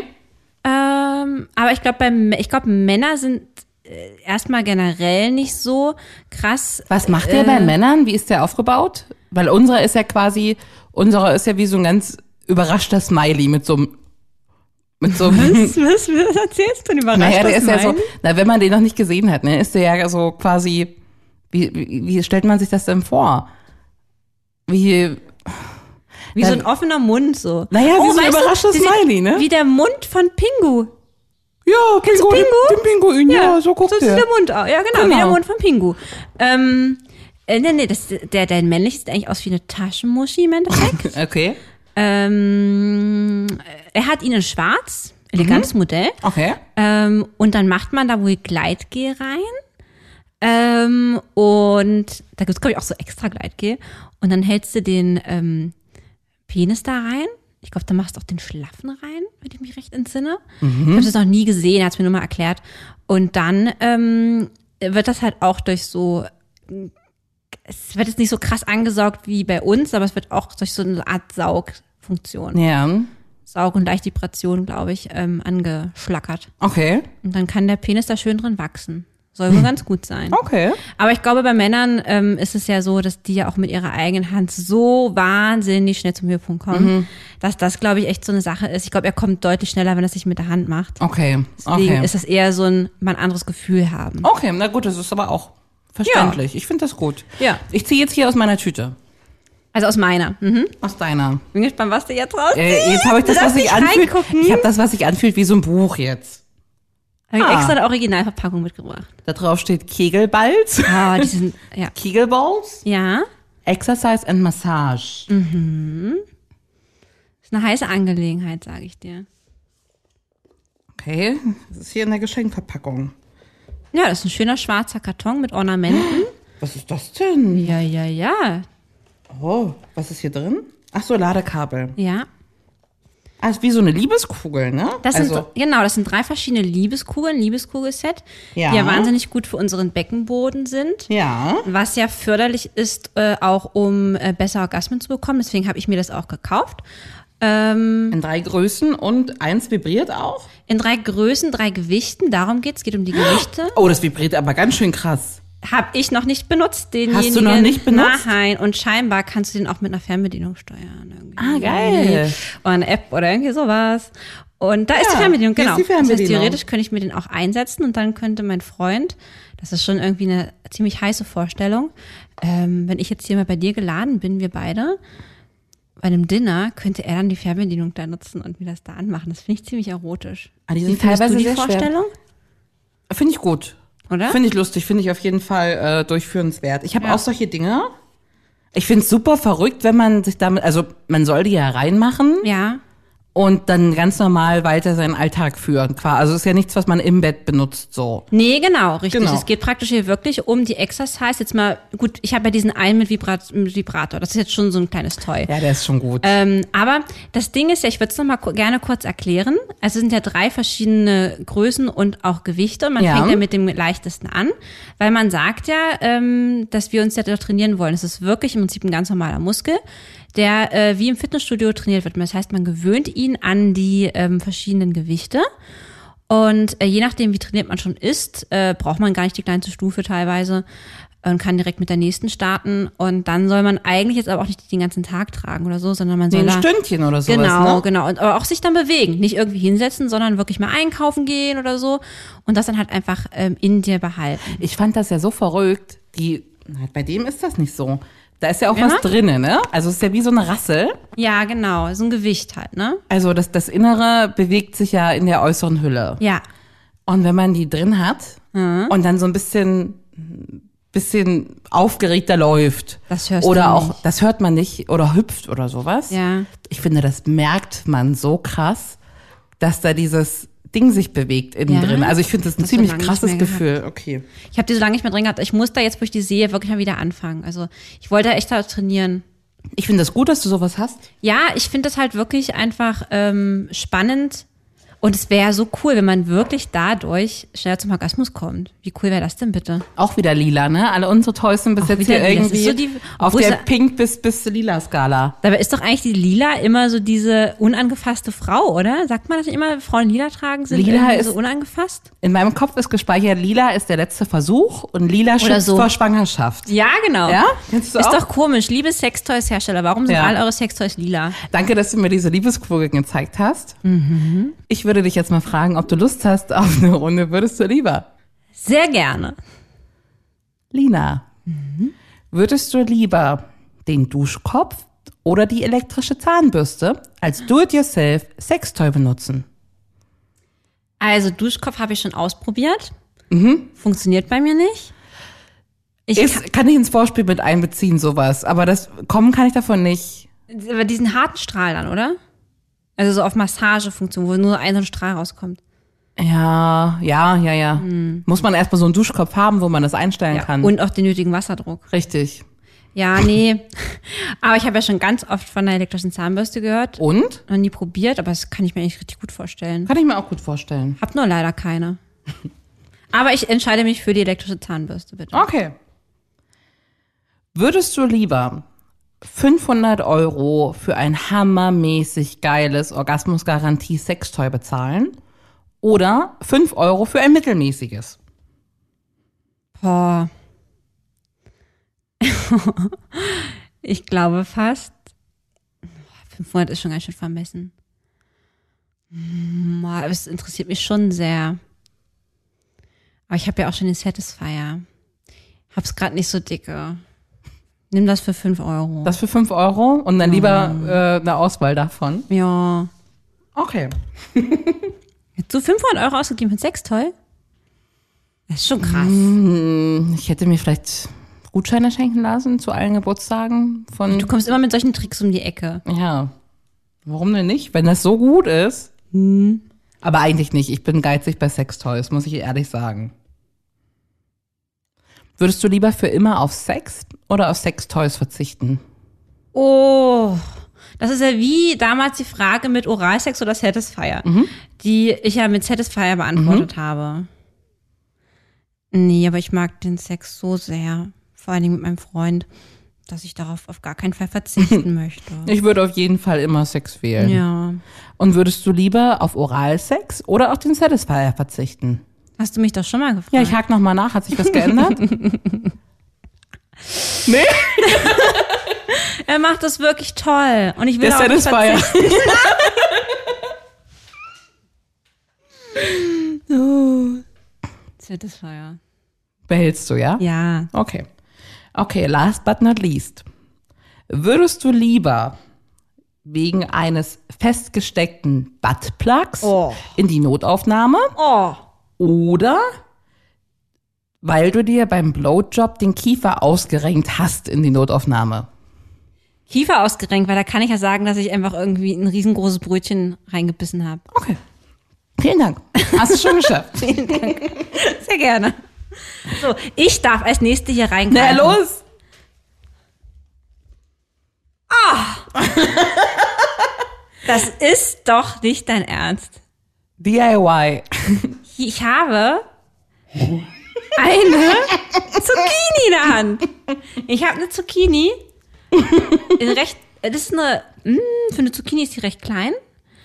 Speaker 2: Ähm, aber ich glaube, ich glaube, Männer sind äh, erstmal generell nicht so krass.
Speaker 3: Was macht der bei Männern? Wie ist der aufgebaut? Weil unserer ist ja quasi, unserer ist ja wie so ein ganz überraschter Smiley mit so einem, mit so einem,
Speaker 2: Was, was erzählst du denn überrascht?
Speaker 3: Naja, der
Speaker 2: was
Speaker 3: ist ja so,
Speaker 2: meinen?
Speaker 3: na, wenn man den noch nicht gesehen hat, ne, ist der ja so quasi, wie, wie, wie stellt man sich das denn vor? Wie,
Speaker 2: Wie so ein offener Mund so. Oh,
Speaker 3: Naja, wie so ein
Speaker 2: weißt du,
Speaker 3: überraschtes
Speaker 2: die sieht-
Speaker 3: Smiley, ne?
Speaker 2: Wie der Mund von Pingu.
Speaker 3: ja,
Speaker 2: Kennst du Pingu?
Speaker 3: Den Pinguin, ja, so guckt
Speaker 2: so sieht
Speaker 3: der.
Speaker 2: der Mund aus. Ja, genau, wie
Speaker 3: Genau.
Speaker 2: der Mund von Pingu. Ähm, äh, nee, nee, das, der, der männlich sieht eigentlich aus wie eine Taschenmuschi im Endeffekt.
Speaker 3: [laughs] Okay,
Speaker 2: ähm, er hat ihn in schwarz,
Speaker 3: Mhm.
Speaker 2: elegantes Modell.
Speaker 3: okay.
Speaker 2: Ähm, und dann macht man da wohl Gleitgel rein. Ähm, und da gibt's glaub glaube ich, auch so extra Gleitgel. Und dann hältst du den ähm, Penis da rein. Ich glaube, da machst du auch den Schlaffen rein, wenn ich mich recht entsinne. Ich habe das noch nie gesehen, er hat's mir nur mal erklärt. Und dann ähm, wird das halt auch durch so, es wird jetzt nicht so krass angesaugt wie bei uns, aber es wird auch durch so eine Art Saugfunktion,
Speaker 3: Ja,
Speaker 2: Saug- und Leichtvibration, glaube ich, ähm, angeschlackert.
Speaker 3: okay,
Speaker 2: Und dann kann der Penis da schön drin wachsen. Soll wohl ganz gut sein.
Speaker 3: okay.
Speaker 2: Aber ich glaube, bei Männern ähm, ist es ja so, dass die ja auch mit ihrer eigenen Hand so wahnsinnig schnell zum Höhepunkt kommen, dass das, glaube ich, echt so eine Sache ist. Ich glaube, er kommt deutlich schneller, wenn er es nicht mit der Hand macht.
Speaker 3: Okay,
Speaker 2: Deswegen
Speaker 3: okay.
Speaker 2: ist das eher so ein, mal ein anderes Gefühl haben.
Speaker 3: Okay, na gut, das ist aber auch verständlich. Ich finde das gut.
Speaker 2: Ja.
Speaker 3: Ich ziehe jetzt hier aus meiner Tüte.
Speaker 2: Also aus meiner. Mhm.
Speaker 3: Aus deiner.
Speaker 2: Bin gespannt, was du jetzt rausziehst.
Speaker 3: Äh, jetzt habe ich das,
Speaker 2: Lass
Speaker 3: was sich
Speaker 2: mich
Speaker 3: anfühlt.
Speaker 2: reingucken.
Speaker 3: Ich habe das, was sich anfühlt, wie so ein Buch jetzt.
Speaker 2: Habe ich
Speaker 3: Ah.
Speaker 2: extra eine Originalverpackung mitgebracht.
Speaker 3: Da drauf steht Kegelballs. [laughs]
Speaker 2: Ah, die sind, ja.
Speaker 3: Kegelballs.
Speaker 2: Ja,
Speaker 3: Exercise and Massage.
Speaker 2: ist eine heiße Angelegenheit, sage ich dir.
Speaker 3: Okay, das ist hier in der Geschenkverpackung.
Speaker 2: Ja, das ist ein schöner schwarzer Karton mit Ornamenten.
Speaker 3: Was ist das denn?
Speaker 2: Ja, ja, ja.
Speaker 3: Oh, was ist hier drin? Ach so, Ladekabel.
Speaker 2: Ja,
Speaker 3: Ah, ist wie so eine Liebeskugel, ne?
Speaker 2: Das
Speaker 3: also,
Speaker 2: sind, genau, das sind drei verschiedene Liebeskugeln, Liebeskugelset,
Speaker 3: Ja.
Speaker 2: die ja wahnsinnig gut für unseren Beckenboden sind.
Speaker 3: ja.
Speaker 2: Was ja förderlich ist, äh, auch um äh, besser Orgasmen zu bekommen. Deswegen habe ich mir das auch gekauft. Ähm,
Speaker 3: In drei Größen und eins vibriert auch.
Speaker 2: in drei Größen, drei Gewichten, darum geht's, geht um die Gewichte.
Speaker 3: Oh, das vibriert aber ganz schön krass.
Speaker 2: Hab ich noch nicht benutzt, denjenigen.
Speaker 3: Hast du noch nicht benutzt?
Speaker 2: Nein, und scheinbar kannst du den auch mit einer Fernbedienung steuern. Irgendwie.
Speaker 3: Ah, geil.
Speaker 2: Oder eine App oder irgendwie sowas. Und da ist die
Speaker 3: Ja,
Speaker 2: Fernbedienung,
Speaker 3: hier
Speaker 2: genau.
Speaker 3: ist die
Speaker 2: Das heißt,
Speaker 3: Fernbedienung.
Speaker 2: theoretisch könnte ich mir den auch einsetzen und dann könnte mein Freund, das ist schon irgendwie eine ziemlich heiße Vorstellung, ähm, wenn ich jetzt hier mal bei dir geladen bin, wir beide, bei einem Dinner, könnte er dann die Fernbedienung da nutzen und mir das da anmachen. Das finde ich ziemlich erotisch.
Speaker 3: Ah, die
Speaker 2: Wie
Speaker 3: sind
Speaker 2: findest du
Speaker 3: teilweise
Speaker 2: die
Speaker 3: sehr schwer.
Speaker 2: Vorstellung?
Speaker 3: Finde ich gut.
Speaker 2: Oder?
Speaker 3: Finde ich lustig, finde ich auf jeden Fall äh, durchführenswert. Ich habe auch solche Dinge. Ich finde es super verrückt, wenn man sich damit, also man soll die ja reinmachen
Speaker 2: Ja.
Speaker 3: und dann ganz normal weiter seinen Alltag führen. Qua- Also ist ja nichts, was man im Bett benutzt so.
Speaker 2: Nee, genau, richtig.
Speaker 3: Genau.
Speaker 2: Es geht praktisch hier wirklich um die Exercise. Jetzt mal, gut, ich habe ja diesen einen mit, Vibrat mit Vibrator. Das ist jetzt schon so ein kleines Toy.
Speaker 3: Ja, der ist schon gut.
Speaker 2: Ähm, aber das Ding ist ja, ich würde es nochmal gerne kurz erklären. Also es sind ja drei verschiedene Größen und auch Gewichte. Und man
Speaker 3: Ja.
Speaker 2: fängt ja mit dem leichtesten an, weil man sagt ja, ähm, dass wir uns ja doch trainieren wollen. Es ist wirklich im Prinzip ein ganz normaler Muskel, der äh, wie im Fitnessstudio trainiert wird. Das heißt, man gewöhnt ihn an die ähm, verschiedenen Gewichte. Und äh, je nachdem, wie trainiert man schon ist, äh, braucht man gar nicht die kleinste Stufe teilweise und kann direkt mit der nächsten starten. Und dann soll man eigentlich jetzt aber auch nicht den ganzen Tag tragen oder so, sondern man soll
Speaker 3: ein
Speaker 2: da
Speaker 3: Stündchen oder sowas,
Speaker 2: Genau,
Speaker 3: ne?
Speaker 2: genau. Und aber auch sich dann bewegen. Nicht irgendwie hinsetzen, sondern wirklich mal einkaufen gehen oder so. Und das dann halt einfach ähm, in dir behalten.
Speaker 3: Äh, Ich fand das ja so verrückt. Die, na, bei dem ist das nicht so. Da ist ja auch
Speaker 2: Ja.
Speaker 3: was drinne, ne? Also es ist ja wie so eine Rassel.
Speaker 2: Ja, genau. So ein Gewicht halt, ne?
Speaker 3: Also das, das Innere bewegt sich ja in der äußeren Hülle.
Speaker 2: Ja.
Speaker 3: Und wenn man die drin hat
Speaker 2: Mhm.
Speaker 3: und dann so ein bisschen, bisschen aufgeregter läuft.
Speaker 2: Das hörst
Speaker 3: Oder
Speaker 2: du
Speaker 3: auch,
Speaker 2: nicht.
Speaker 3: das hört man nicht oder hüpft oder sowas.
Speaker 2: Ja.
Speaker 3: Ich finde, das merkt man so krass, dass da dieses Ding sich bewegt innen
Speaker 2: Ja?
Speaker 3: drin. Also ich finde das ein
Speaker 2: Das hat
Speaker 3: ziemlich
Speaker 2: man nicht
Speaker 3: krasses
Speaker 2: mehr gehabt.
Speaker 3: Gefühl. Okay.
Speaker 2: Ich habe die so lange nicht mehr drin gehabt. Ich muss da jetzt, wo ich die sehe, wirklich mal wieder anfangen. Also ich wollte echt da trainieren.
Speaker 3: Ich finde das gut, dass du sowas hast.
Speaker 2: Ja, ich finde das halt wirklich einfach ähm, spannend. Und es wäre so cool, wenn man wirklich dadurch schneller zum Orgasmus kommt. Wie cool wäre das denn bitte?
Speaker 3: Auch wieder lila, ne? Alle unsere Toys sind bis
Speaker 2: Auch
Speaker 3: jetzt
Speaker 2: wieder
Speaker 3: hier
Speaker 2: lila. Das ist
Speaker 3: irgendwie
Speaker 2: so die-
Speaker 3: auf
Speaker 2: wo ist
Speaker 3: der
Speaker 2: er-
Speaker 3: Pink bis bis lila Skala.
Speaker 2: Dabei ist doch eigentlich die Lila immer so diese unangefasste Frau, oder? Sagt man das nicht immer? Frauen Lila tragen sind
Speaker 3: Lila
Speaker 2: irgendwie
Speaker 3: ist-
Speaker 2: so unangefasst?
Speaker 3: In meinem Kopf ist gespeichert, lila ist der letzte Versuch und lila schützt
Speaker 2: so.
Speaker 3: vor Schwangerschaft.
Speaker 2: Ja, genau.
Speaker 3: Ja? Kennst du
Speaker 2: ist
Speaker 3: auch?
Speaker 2: doch komisch. Liebe Sextoys-Hersteller, warum sind
Speaker 3: Ja.
Speaker 2: all eure Sextoys lila?
Speaker 3: Danke, dass du mir diese Liebeskurve gezeigt hast. Ich würde dich jetzt mal fragen, ob du Lust hast auf eine Runde. Würdest du lieber?
Speaker 2: Sehr gerne.
Speaker 3: Lina, Mhm. würdest du lieber den Duschkopf oder die elektrische Zahnbürste als Do-it-yourself Sextoy benutzen?
Speaker 2: Also Duschkopf habe ich schon ausprobiert. Funktioniert bei mir nicht. Ich
Speaker 3: Mhm. Ist, kann ich ins Vorspiel mit einbeziehen, sowas. Aber das kommen kann ich davon nicht.
Speaker 2: Aber diesen harten Strahl dann, oder? Also so auf Massagefunktion, wo nur ein so ein Strahl rauskommt.
Speaker 3: Ja, Mhm. ja, ja, ja. Muss man erstmal so einen Duschkopf haben, wo man das einstellen
Speaker 2: Ja.
Speaker 3: kann.
Speaker 2: Und auch den nötigen Wasserdruck.
Speaker 3: Richtig.
Speaker 2: Ja, nee. [laughs] aber ich habe ja schon ganz oft von der elektrischen Zahnbürste gehört.
Speaker 3: Und?
Speaker 2: Noch nie probiert, aber das kann ich mir eigentlich richtig gut vorstellen.
Speaker 3: Kann ich mir auch gut vorstellen.
Speaker 2: Hab nur leider
Speaker 3: [laughs]
Speaker 2: keine. Aber ich entscheide mich für die elektrische Zahnbürste, bitte.
Speaker 3: Okay. Würdest du lieber 500 Euro für ein hammermäßig geiles Orgasmusgarantie-Sextoy bezahlen oder 5 Euro für ein mittelmäßiges?
Speaker 2: Boah. [laughs] ich glaube fast. 500 ist schon ganz schön vermessen. Hm, Aber es interessiert mich schon sehr. Aber ich habe ja auch schon den Satisfier. Hab's gerade nicht so dicke. Nimm das für 5 Euro.
Speaker 3: Das für 5 Euro und dann lieber
Speaker 2: Mhm.
Speaker 3: äh, eine Auswahl davon.
Speaker 2: ja.
Speaker 3: Okay.
Speaker 2: Hättest du 500 Euro ausgegeben für ein Sextoy? Das ist schon krass.
Speaker 3: Ich hätte mir vielleicht Gutscheine schenken lassen zu allen Geburtstagen von.
Speaker 2: Du kommst immer mit solchen Tricks um die Ecke.
Speaker 3: Ja. Warum denn nicht? Wenn das so gut ist. Hm. Aber eigentlich nicht. Ich bin geizig bei Sextoys, muss ich ehrlich sagen. Würdest du lieber für immer auf Sex oder auf Sextoys verzichten?
Speaker 2: Oh, das ist ja wie damals die Frage mit Oralsex oder Satisfier,
Speaker 3: Mhm.
Speaker 2: die ich ja mit Satisfier beantwortet habe. Nee, aber ich mag den Sex so sehr. Vor allen Dingen mit meinem Freund. dass ich darauf auf gar keinen Fall
Speaker 3: [laughs]
Speaker 2: verzichten möchte.
Speaker 3: Ich würde auf jeden Fall immer Sex wählen.
Speaker 2: Ja.
Speaker 3: Und würdest du lieber auf Oralsex oder auf den Satisfier verzichten?
Speaker 2: Hast du mich doch schon mal gefragt?
Speaker 3: Ja, Genau, ich hake nochmal nach. Hat sich was [laughs] geändert? nee,
Speaker 2: er macht das wirklich toll. Und ich will
Speaker 3: der
Speaker 2: auch nicht
Speaker 3: Satisfier.
Speaker 2: verzichten. Satisfier.
Speaker 3: Behältst du, ja?
Speaker 2: Ja.
Speaker 3: Okay. Okay, last but not least. Würdest du lieber wegen eines festgesteckten Buttplugs in die Notaufnahme
Speaker 2: Oh.
Speaker 3: oder weil du dir beim Blowjob den Kiefer ausgerenkt hast in die Notaufnahme?
Speaker 2: Kiefer ausgerenkt, weil da kann ich ja sagen, dass ich einfach irgendwie ein riesengroßes Brötchen reingebissen habe.
Speaker 3: Okay. Vielen Dank. Hast du schon
Speaker 2: [laughs]
Speaker 3: geschafft.
Speaker 2: Sehr gerne. So, ich darf als nächste hier
Speaker 3: Na
Speaker 2: reingreifen.
Speaker 3: los.
Speaker 2: Das ist doch nicht dein Ernst.
Speaker 3: DIY.
Speaker 2: Ich habe eine Zucchini in der Hand. Ich habe eine Zucchini. In recht, das ist eine, mh, für eine Zucchini ist die recht klein.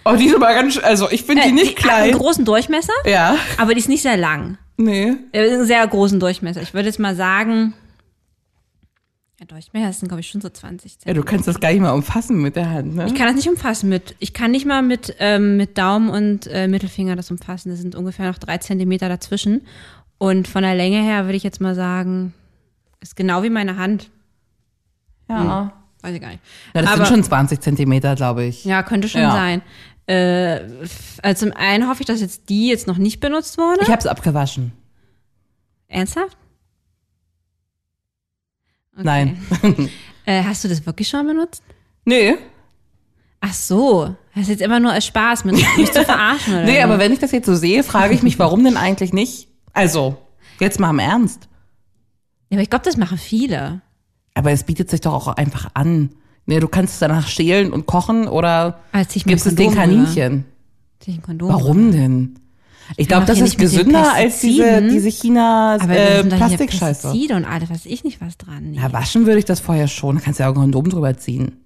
Speaker 3: Oh, die ist aber ganz, sch- also ich finde die
Speaker 2: Äh,
Speaker 3: nicht
Speaker 2: Hat einen
Speaker 3: klein.
Speaker 2: großen Durchmesser,
Speaker 3: Ja.
Speaker 2: aber die ist nicht sehr lang.
Speaker 3: Nee.
Speaker 2: Äh, Einen sehr großen Durchmesser. Ich würde jetzt mal sagen, der Durchmesser sind, glaube ich, schon so 20
Speaker 3: Ja,
Speaker 2: Zentimeter.
Speaker 3: du kannst das gar nicht mal umfassen mit der Hand, ne?
Speaker 2: Ich kann das nicht umfassen mit, ich kann nicht mal mit, ähm, mit Daumen und äh, Mittelfinger das umfassen. Das sind ungefähr noch drei Zentimeter dazwischen. Und von der Länge her würde ich jetzt mal sagen, ist genau wie meine Hand.
Speaker 3: Ja.
Speaker 2: Weiß ich gar nicht.
Speaker 3: Na, das
Speaker 2: Aber-
Speaker 3: sind schon 20 Zentimeter, glaube ich.
Speaker 2: Ja, könnte schon
Speaker 3: Ja.
Speaker 2: sein. Äh, f- also zum einen hoffe ich, dass jetzt die jetzt noch nicht benutzt wurde.
Speaker 3: Ich habe es abgewaschen.
Speaker 2: Ernsthaft? Okay.
Speaker 3: Nein.
Speaker 2: [laughs] Äh, hast du das wirklich schon benutzt?
Speaker 3: Nee.
Speaker 2: Ach so. Das ist jetzt immer nur als Spaß, mit, mich
Speaker 3: [laughs]
Speaker 2: zu verarschen oder
Speaker 3: Nee,
Speaker 2: so.
Speaker 3: aber wenn ich das jetzt so sehe, frage ich mich, warum denn eigentlich nicht? Also, jetzt mal im Ernst.
Speaker 2: Ja, aber ich glaube, das machen viele.
Speaker 3: Aber es bietet sich doch auch einfach an. Nee, du kannst es danach schälen und kochen oder
Speaker 2: Als Also, ich mir
Speaker 3: gibst es den
Speaker 2: Kondom rüber.
Speaker 3: Kaninchen.
Speaker 2: Sich ein Kondom
Speaker 3: Warum denn? Ich glaube,
Speaker 2: mach
Speaker 3: das
Speaker 2: hier
Speaker 3: ist
Speaker 2: nicht mit den
Speaker 3: gesünder als diese,
Speaker 2: Pestiziden.
Speaker 3: diese China
Speaker 2: Aber wir
Speaker 3: äh,
Speaker 2: sind da hier
Speaker 3: Plastikscheiße.
Speaker 2: Pestizide und alles, weiß ich nicht was dran. Nee.
Speaker 3: Ja, waschen würde ich das vorher schon. Da kannst du ja auch ein Kondom drüber ziehen.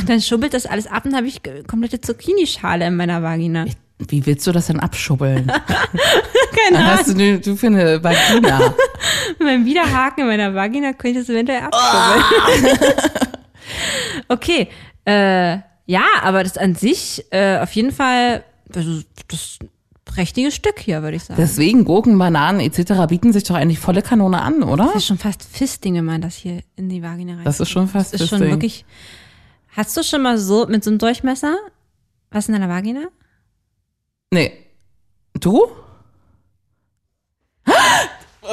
Speaker 2: Und dann schubbelt das alles ab und habe ich ge- komplette Zucchini-Schale in meiner Vagina. [laughs]
Speaker 3: Ich- Wie willst du das denn abschubbeln? Keine Hast du, denn- du für eine Vagina?
Speaker 2: Mit meinem Widerhaken in meiner Vagina könnte ich das eventuell
Speaker 3: Ah!
Speaker 2: abschubbeln.
Speaker 3: [laughs]
Speaker 2: okay, äh, ja, aber das an sich äh, auf jeden Fall, das ist, das ist ein prächtiges Stück hier, würde ich sagen. Das
Speaker 3: Deswegen Gurken, Bananen etc. bieten sich doch eigentlich volle Kanone an, oder?
Speaker 2: ist schon fast Fisting, wenn man das hier in die Vagina rein.
Speaker 3: Das ist schon fast
Speaker 2: Das ist schon
Speaker 3: Fisting.
Speaker 2: wirklich. Hast du schon mal so mit so einem Durchmesser was in deiner Vagina?
Speaker 3: Nee. Du?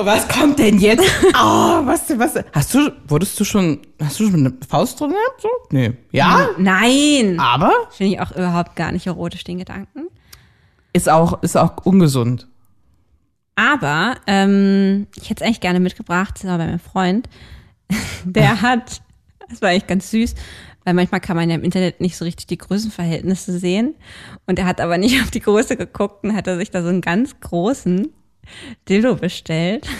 Speaker 3: Was kommt denn jetzt? [laughs] Oh, was, was? Hast du, wurdest du schon, hast du schon eine Faust drin gehabt? So? Nee. Ja?
Speaker 2: Nein!
Speaker 3: Aber
Speaker 2: Finde ich auch überhaupt gar nicht erotisch, den Gedanken.
Speaker 3: ist auch, ist auch ungesund.
Speaker 2: Aber ähm, ich hätte es eigentlich gerne mitgebracht, das war bei meinem Freund. [laughs] Der hat, das war eigentlich ganz süß, weil manchmal kann man ja im Internet nicht so richtig die Größenverhältnisse sehen. Und er hat aber nicht auf die Größe geguckt und hat er sich da so einen ganz großen Dildo bestellt. [laughs]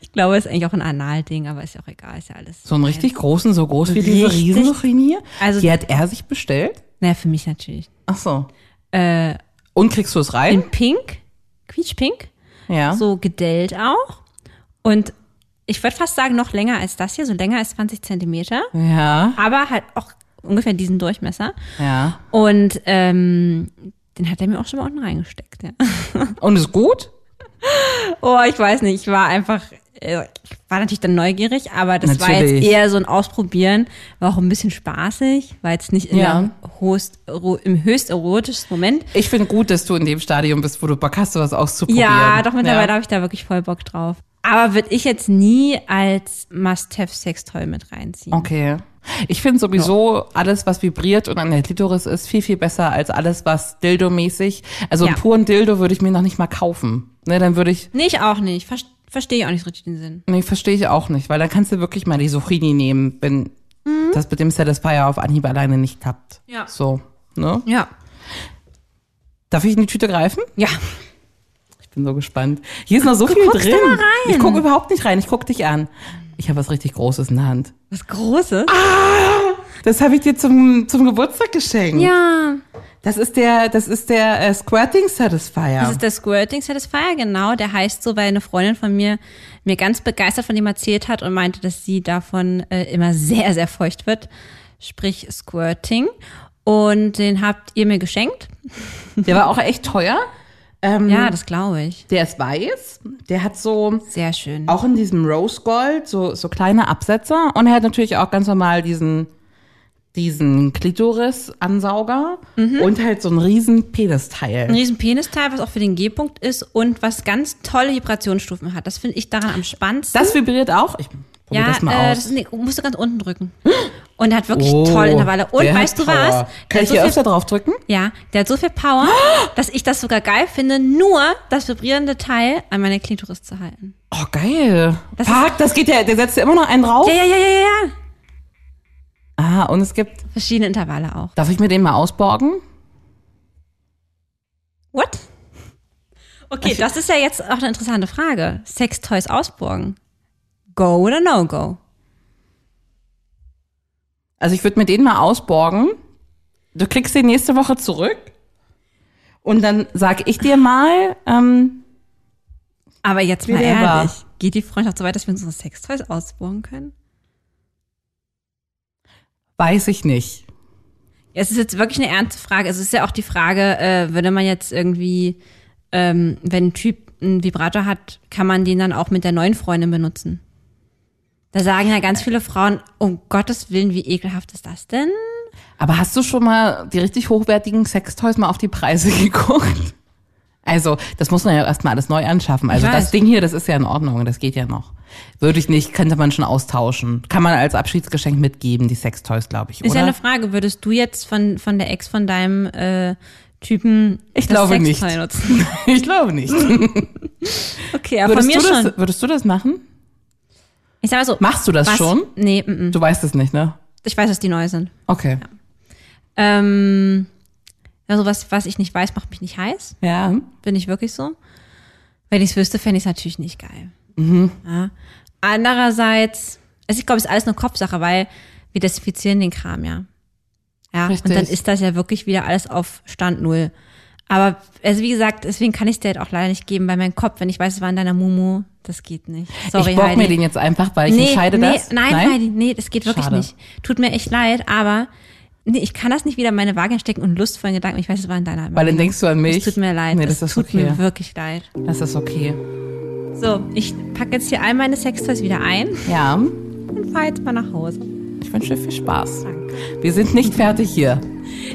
Speaker 2: Ich glaube, ist eigentlich auch ein Analding, aber ist ja auch egal, ist ja alles.
Speaker 3: So einen richtig großen, so groß wie diese
Speaker 2: Richtig.
Speaker 3: Riesenlochrin hier.
Speaker 2: Also-
Speaker 3: die hat er sich bestellt.
Speaker 2: Naja, für mich natürlich.
Speaker 3: Ach so. Äh, Und kriegst du es rein?
Speaker 2: In Pink, quietschpink.
Speaker 3: Ja.
Speaker 2: so gedellt auch. Und ich würde fast sagen, noch länger als das hier, so länger als 20 Zentimeter,
Speaker 3: Ja.
Speaker 2: aber halt auch ungefähr diesen Durchmesser.
Speaker 3: Ja.
Speaker 2: Und ähm, den hat er mir auch schon mal unten reingesteckt. Ja.
Speaker 3: Und ist gut?
Speaker 2: [laughs] Oh, ich weiß nicht, ich war einfach, äh, ich war natürlich dann neugierig, aber das war
Speaker 3: Natürlich.
Speaker 2: jetzt eher so ein Ausprobieren, war auch ein bisschen spaßig, war jetzt nicht in
Speaker 3: Ja.
Speaker 2: der Host, ro- im höchst erotischen Moment.
Speaker 3: Ich finde gut, dass du in dem Stadium bist, wo du Bock hast, sowas auszuprobieren.
Speaker 2: Ja, doch mittlerweile
Speaker 3: Ja.
Speaker 2: habe ich da wirklich voll Bock drauf. Aber würde ich jetzt nie als Must-Have-Sextoy mit reinziehen.
Speaker 3: Okay. Ich finde sowieso alles, was vibriert und an der Klitoris ist, viel, viel besser als alles, was Dildo-mäßig. Also
Speaker 2: Ja.
Speaker 3: einen puren Dildo würde ich mir noch nicht mal kaufen. Ne, dann würde ich,
Speaker 2: Nee, ich auch nicht. Ver Verstehe ich auch nicht so richtig den Sinn.
Speaker 3: nee, verstehe ich auch nicht, weil dann kannst du wirklich mal die Suchini nehmen, wenn das mit dem Satisfier auf Anhieb alleine nicht klappt.
Speaker 2: Ja.
Speaker 3: So, ne?
Speaker 2: Ja.
Speaker 3: Darf ich in die Tüte greifen?
Speaker 2: Ja.
Speaker 3: Ich bin so gespannt. Hier ist noch so viel
Speaker 2: guckst
Speaker 3: drin.
Speaker 2: da mal rein.
Speaker 3: Ich gucke überhaupt nicht rein, ich gucke dich an. Ich habe was richtig Großes in der Hand.
Speaker 2: Was Großes?
Speaker 3: Ah. Das habe ich dir zum, zum Geburtstag geschenkt.
Speaker 2: Ja.
Speaker 3: Das ist der, das ist der äh, Squirting Satisfier.
Speaker 2: Das ist der Squirting Satisfier, genau. Der heißt so, weil eine Freundin von mir mir ganz begeistert von dem erzählt hat und meinte, dass sie davon äh, immer sehr, sehr feucht wird. Sprich Squirting. Und den habt ihr mir geschenkt.
Speaker 3: der war auch echt teuer. Ähm,
Speaker 2: Ja, das glaube ich.
Speaker 3: Der ist weiß. Der hat so
Speaker 2: Sehr schön.
Speaker 3: auch in diesem Rose Gold so, so kleine Absätze und er hat natürlich auch ganz normal diesen diesen Klitoris-Ansauger und halt so ein riesen Pedesteil.
Speaker 2: Ein riesen Penisteil, was auch für den G-Punkt ist und was ganz tolle Vibrationsstufen hat. Das finde ich daran am spannendsten.
Speaker 3: Das vibriert auch. Ich probier
Speaker 2: ja,
Speaker 3: das mal
Speaker 2: äh,
Speaker 3: aus.
Speaker 2: das ist, nee, musst du ganz unten drücken. Und er hat wirklich
Speaker 3: Oh,
Speaker 2: tolle Intervalle. Und
Speaker 3: der hat
Speaker 2: weißt du
Speaker 3: Power.
Speaker 2: was? Der
Speaker 3: Kann
Speaker 2: hat
Speaker 3: ich
Speaker 2: so
Speaker 3: hier
Speaker 2: viel-
Speaker 3: öfter drauf drücken?
Speaker 2: Ja, der hat so viel Power, dass ich das sogar geil finde, nur das vibrierende Teil an meine Klitoris zu halten.
Speaker 3: Oh, geil.
Speaker 2: Das
Speaker 3: Fuck, das geht ja, der setzt ja immer noch einen drauf.
Speaker 2: Ja, ja, ja, ja, ja.
Speaker 3: Ah, und es gibt,
Speaker 2: Verschiedene Intervalle auch.
Speaker 3: darf ich mir den mal ausborgen?
Speaker 2: What?
Speaker 3: Also
Speaker 2: Okay, das ist ja jetzt auch eine interessante Frage. Sextoys ausborgen. Go oder no go?
Speaker 3: Also ich würde mir den mal ausborgen. Du kriegst den nächste Woche zurück. Und dann sag ich dir mal, ähm,
Speaker 2: Aber jetzt
Speaker 3: Wie
Speaker 2: mal
Speaker 3: der war.
Speaker 2: ehrlich, geht die Freundschaft so weit, dass wir unsere Sextoys ausborgen können?
Speaker 3: weiß ich nicht.
Speaker 2: Ja, Es ist jetzt wirklich eine ernste Frage. Also es ist ja auch die Frage, äh, würde man jetzt irgendwie, ähm, wenn ein Typ einen Vibrator hat, kann man den dann auch mit der neuen Freundin benutzen? Da sagen ja ganz viele Frauen, um Gottes Willen, wie ekelhaft ist das denn?
Speaker 3: Aber hast du schon mal die richtig hochwertigen Sextoys mal auf die Preise [laughs] geguckt? Also, das muss man ja erstmal alles neu anschaffen. Also,
Speaker 2: Ich weiß.
Speaker 3: das Ding hier, das ist ja in Ordnung, das geht ja noch. Würde ich nicht, könnte man schon austauschen. Kann man als Abschiedsgeschenk mitgeben, die Sextoys, glaube ich,
Speaker 2: Ist
Speaker 3: oder?
Speaker 2: ja eine Frage, würdest du jetzt von, von der Ex von deinem äh, Typen
Speaker 3: Ich
Speaker 2: das
Speaker 3: glaube
Speaker 2: Sextoy
Speaker 3: nicht.
Speaker 2: nutzen?
Speaker 3: [laughs] ich glaube nicht.
Speaker 2: Okay, aber von
Speaker 3: Würdest
Speaker 2: mir
Speaker 3: du,
Speaker 2: schon.
Speaker 3: das, würdest du das machen?
Speaker 2: ich sag mal so,
Speaker 3: Machst du das
Speaker 2: was?
Speaker 3: schon?
Speaker 2: Nee, mm, mm.
Speaker 3: Du weißt es nicht, ne?
Speaker 2: ich weiß, dass die neu sind.
Speaker 3: Okay.
Speaker 2: Ähm, also was, was ich nicht weiß, macht mich nicht heiß.
Speaker 3: Ja.
Speaker 2: Bin ich wirklich so? Wenn ich es wüsste, fände ich es natürlich nicht geil.
Speaker 3: Mhm.
Speaker 2: Ja. Andererseits, also ich glaube, es ist alles nur Kopfsache, weil wir desinfizieren den Kram ja. Ja,
Speaker 3: Richtig.
Speaker 2: und dann ist das ja wirklich wieder alles auf Stand Null. Aber, also wie gesagt, deswegen kann ich es dir halt auch leider nicht geben, weil mein Kopf, wenn ich weiß, es war in deiner Mumu, das geht nicht. Sorry,
Speaker 3: ich borg
Speaker 2: Heidi.
Speaker 3: mir den jetzt einfach, weil ich entscheide
Speaker 2: nee,
Speaker 3: das.
Speaker 2: Nein, Heidi, nee, das geht wirklich
Speaker 3: Schade.
Speaker 2: nicht. Tut mir echt leid, aber nee, ich kann das nicht wieder in meine Waage stecken und lustvollen Gedanken. Ich weiß, es war in deiner
Speaker 3: Weil dann denkst du an mich.
Speaker 2: es tut mir leid.
Speaker 3: Nee, das,
Speaker 2: es
Speaker 3: ist
Speaker 2: tut
Speaker 3: okay.
Speaker 2: mir wirklich leid.
Speaker 3: das ist okay.
Speaker 2: So, ich packe jetzt hier all meine Sextoys wieder ein [laughs]
Speaker 3: Ja.
Speaker 2: und fahre jetzt mal nach Hause.
Speaker 3: Ich wünsche dir viel Spaß. Wir sind nicht fertig hier.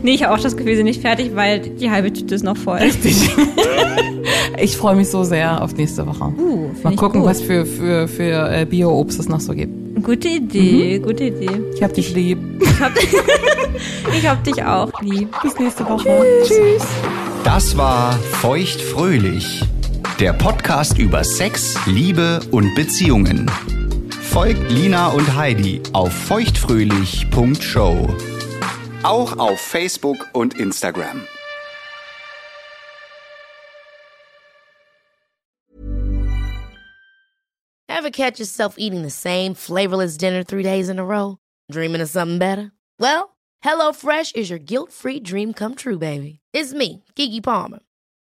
Speaker 2: Nee, ich habe auch das Gefühl, sie sind nicht fertig, weil die halbe Tüte ist noch voll.
Speaker 3: Richtig. ich freue mich so sehr auf nächste Woche.
Speaker 2: Uh, find
Speaker 3: Mal
Speaker 2: ich
Speaker 3: gucken,
Speaker 2: gut.
Speaker 3: was für, für, für äh, Bio-Obst es noch so gibt.
Speaker 2: Gute
Speaker 3: Mhm.
Speaker 2: Idee, gute Idee.
Speaker 3: Ich hab dich lieb.
Speaker 2: Ich hab dich auch lieb.
Speaker 3: Bis nächste Woche. Tschüss.
Speaker 4: Das war Feuchtfröhlich, der Podcast über Sex, Liebe und Beziehungen. Folgt Lina und Heidi auf feuchtfröhlich.show. Auch auf Facebook und Instagram.
Speaker 7: Ever catch yourself eating the same flavorless dinner three days in a row? Dreaming of something better? Well, HelloFresh is your guilt free dream come true, baby. It's me, Gigi Palmer.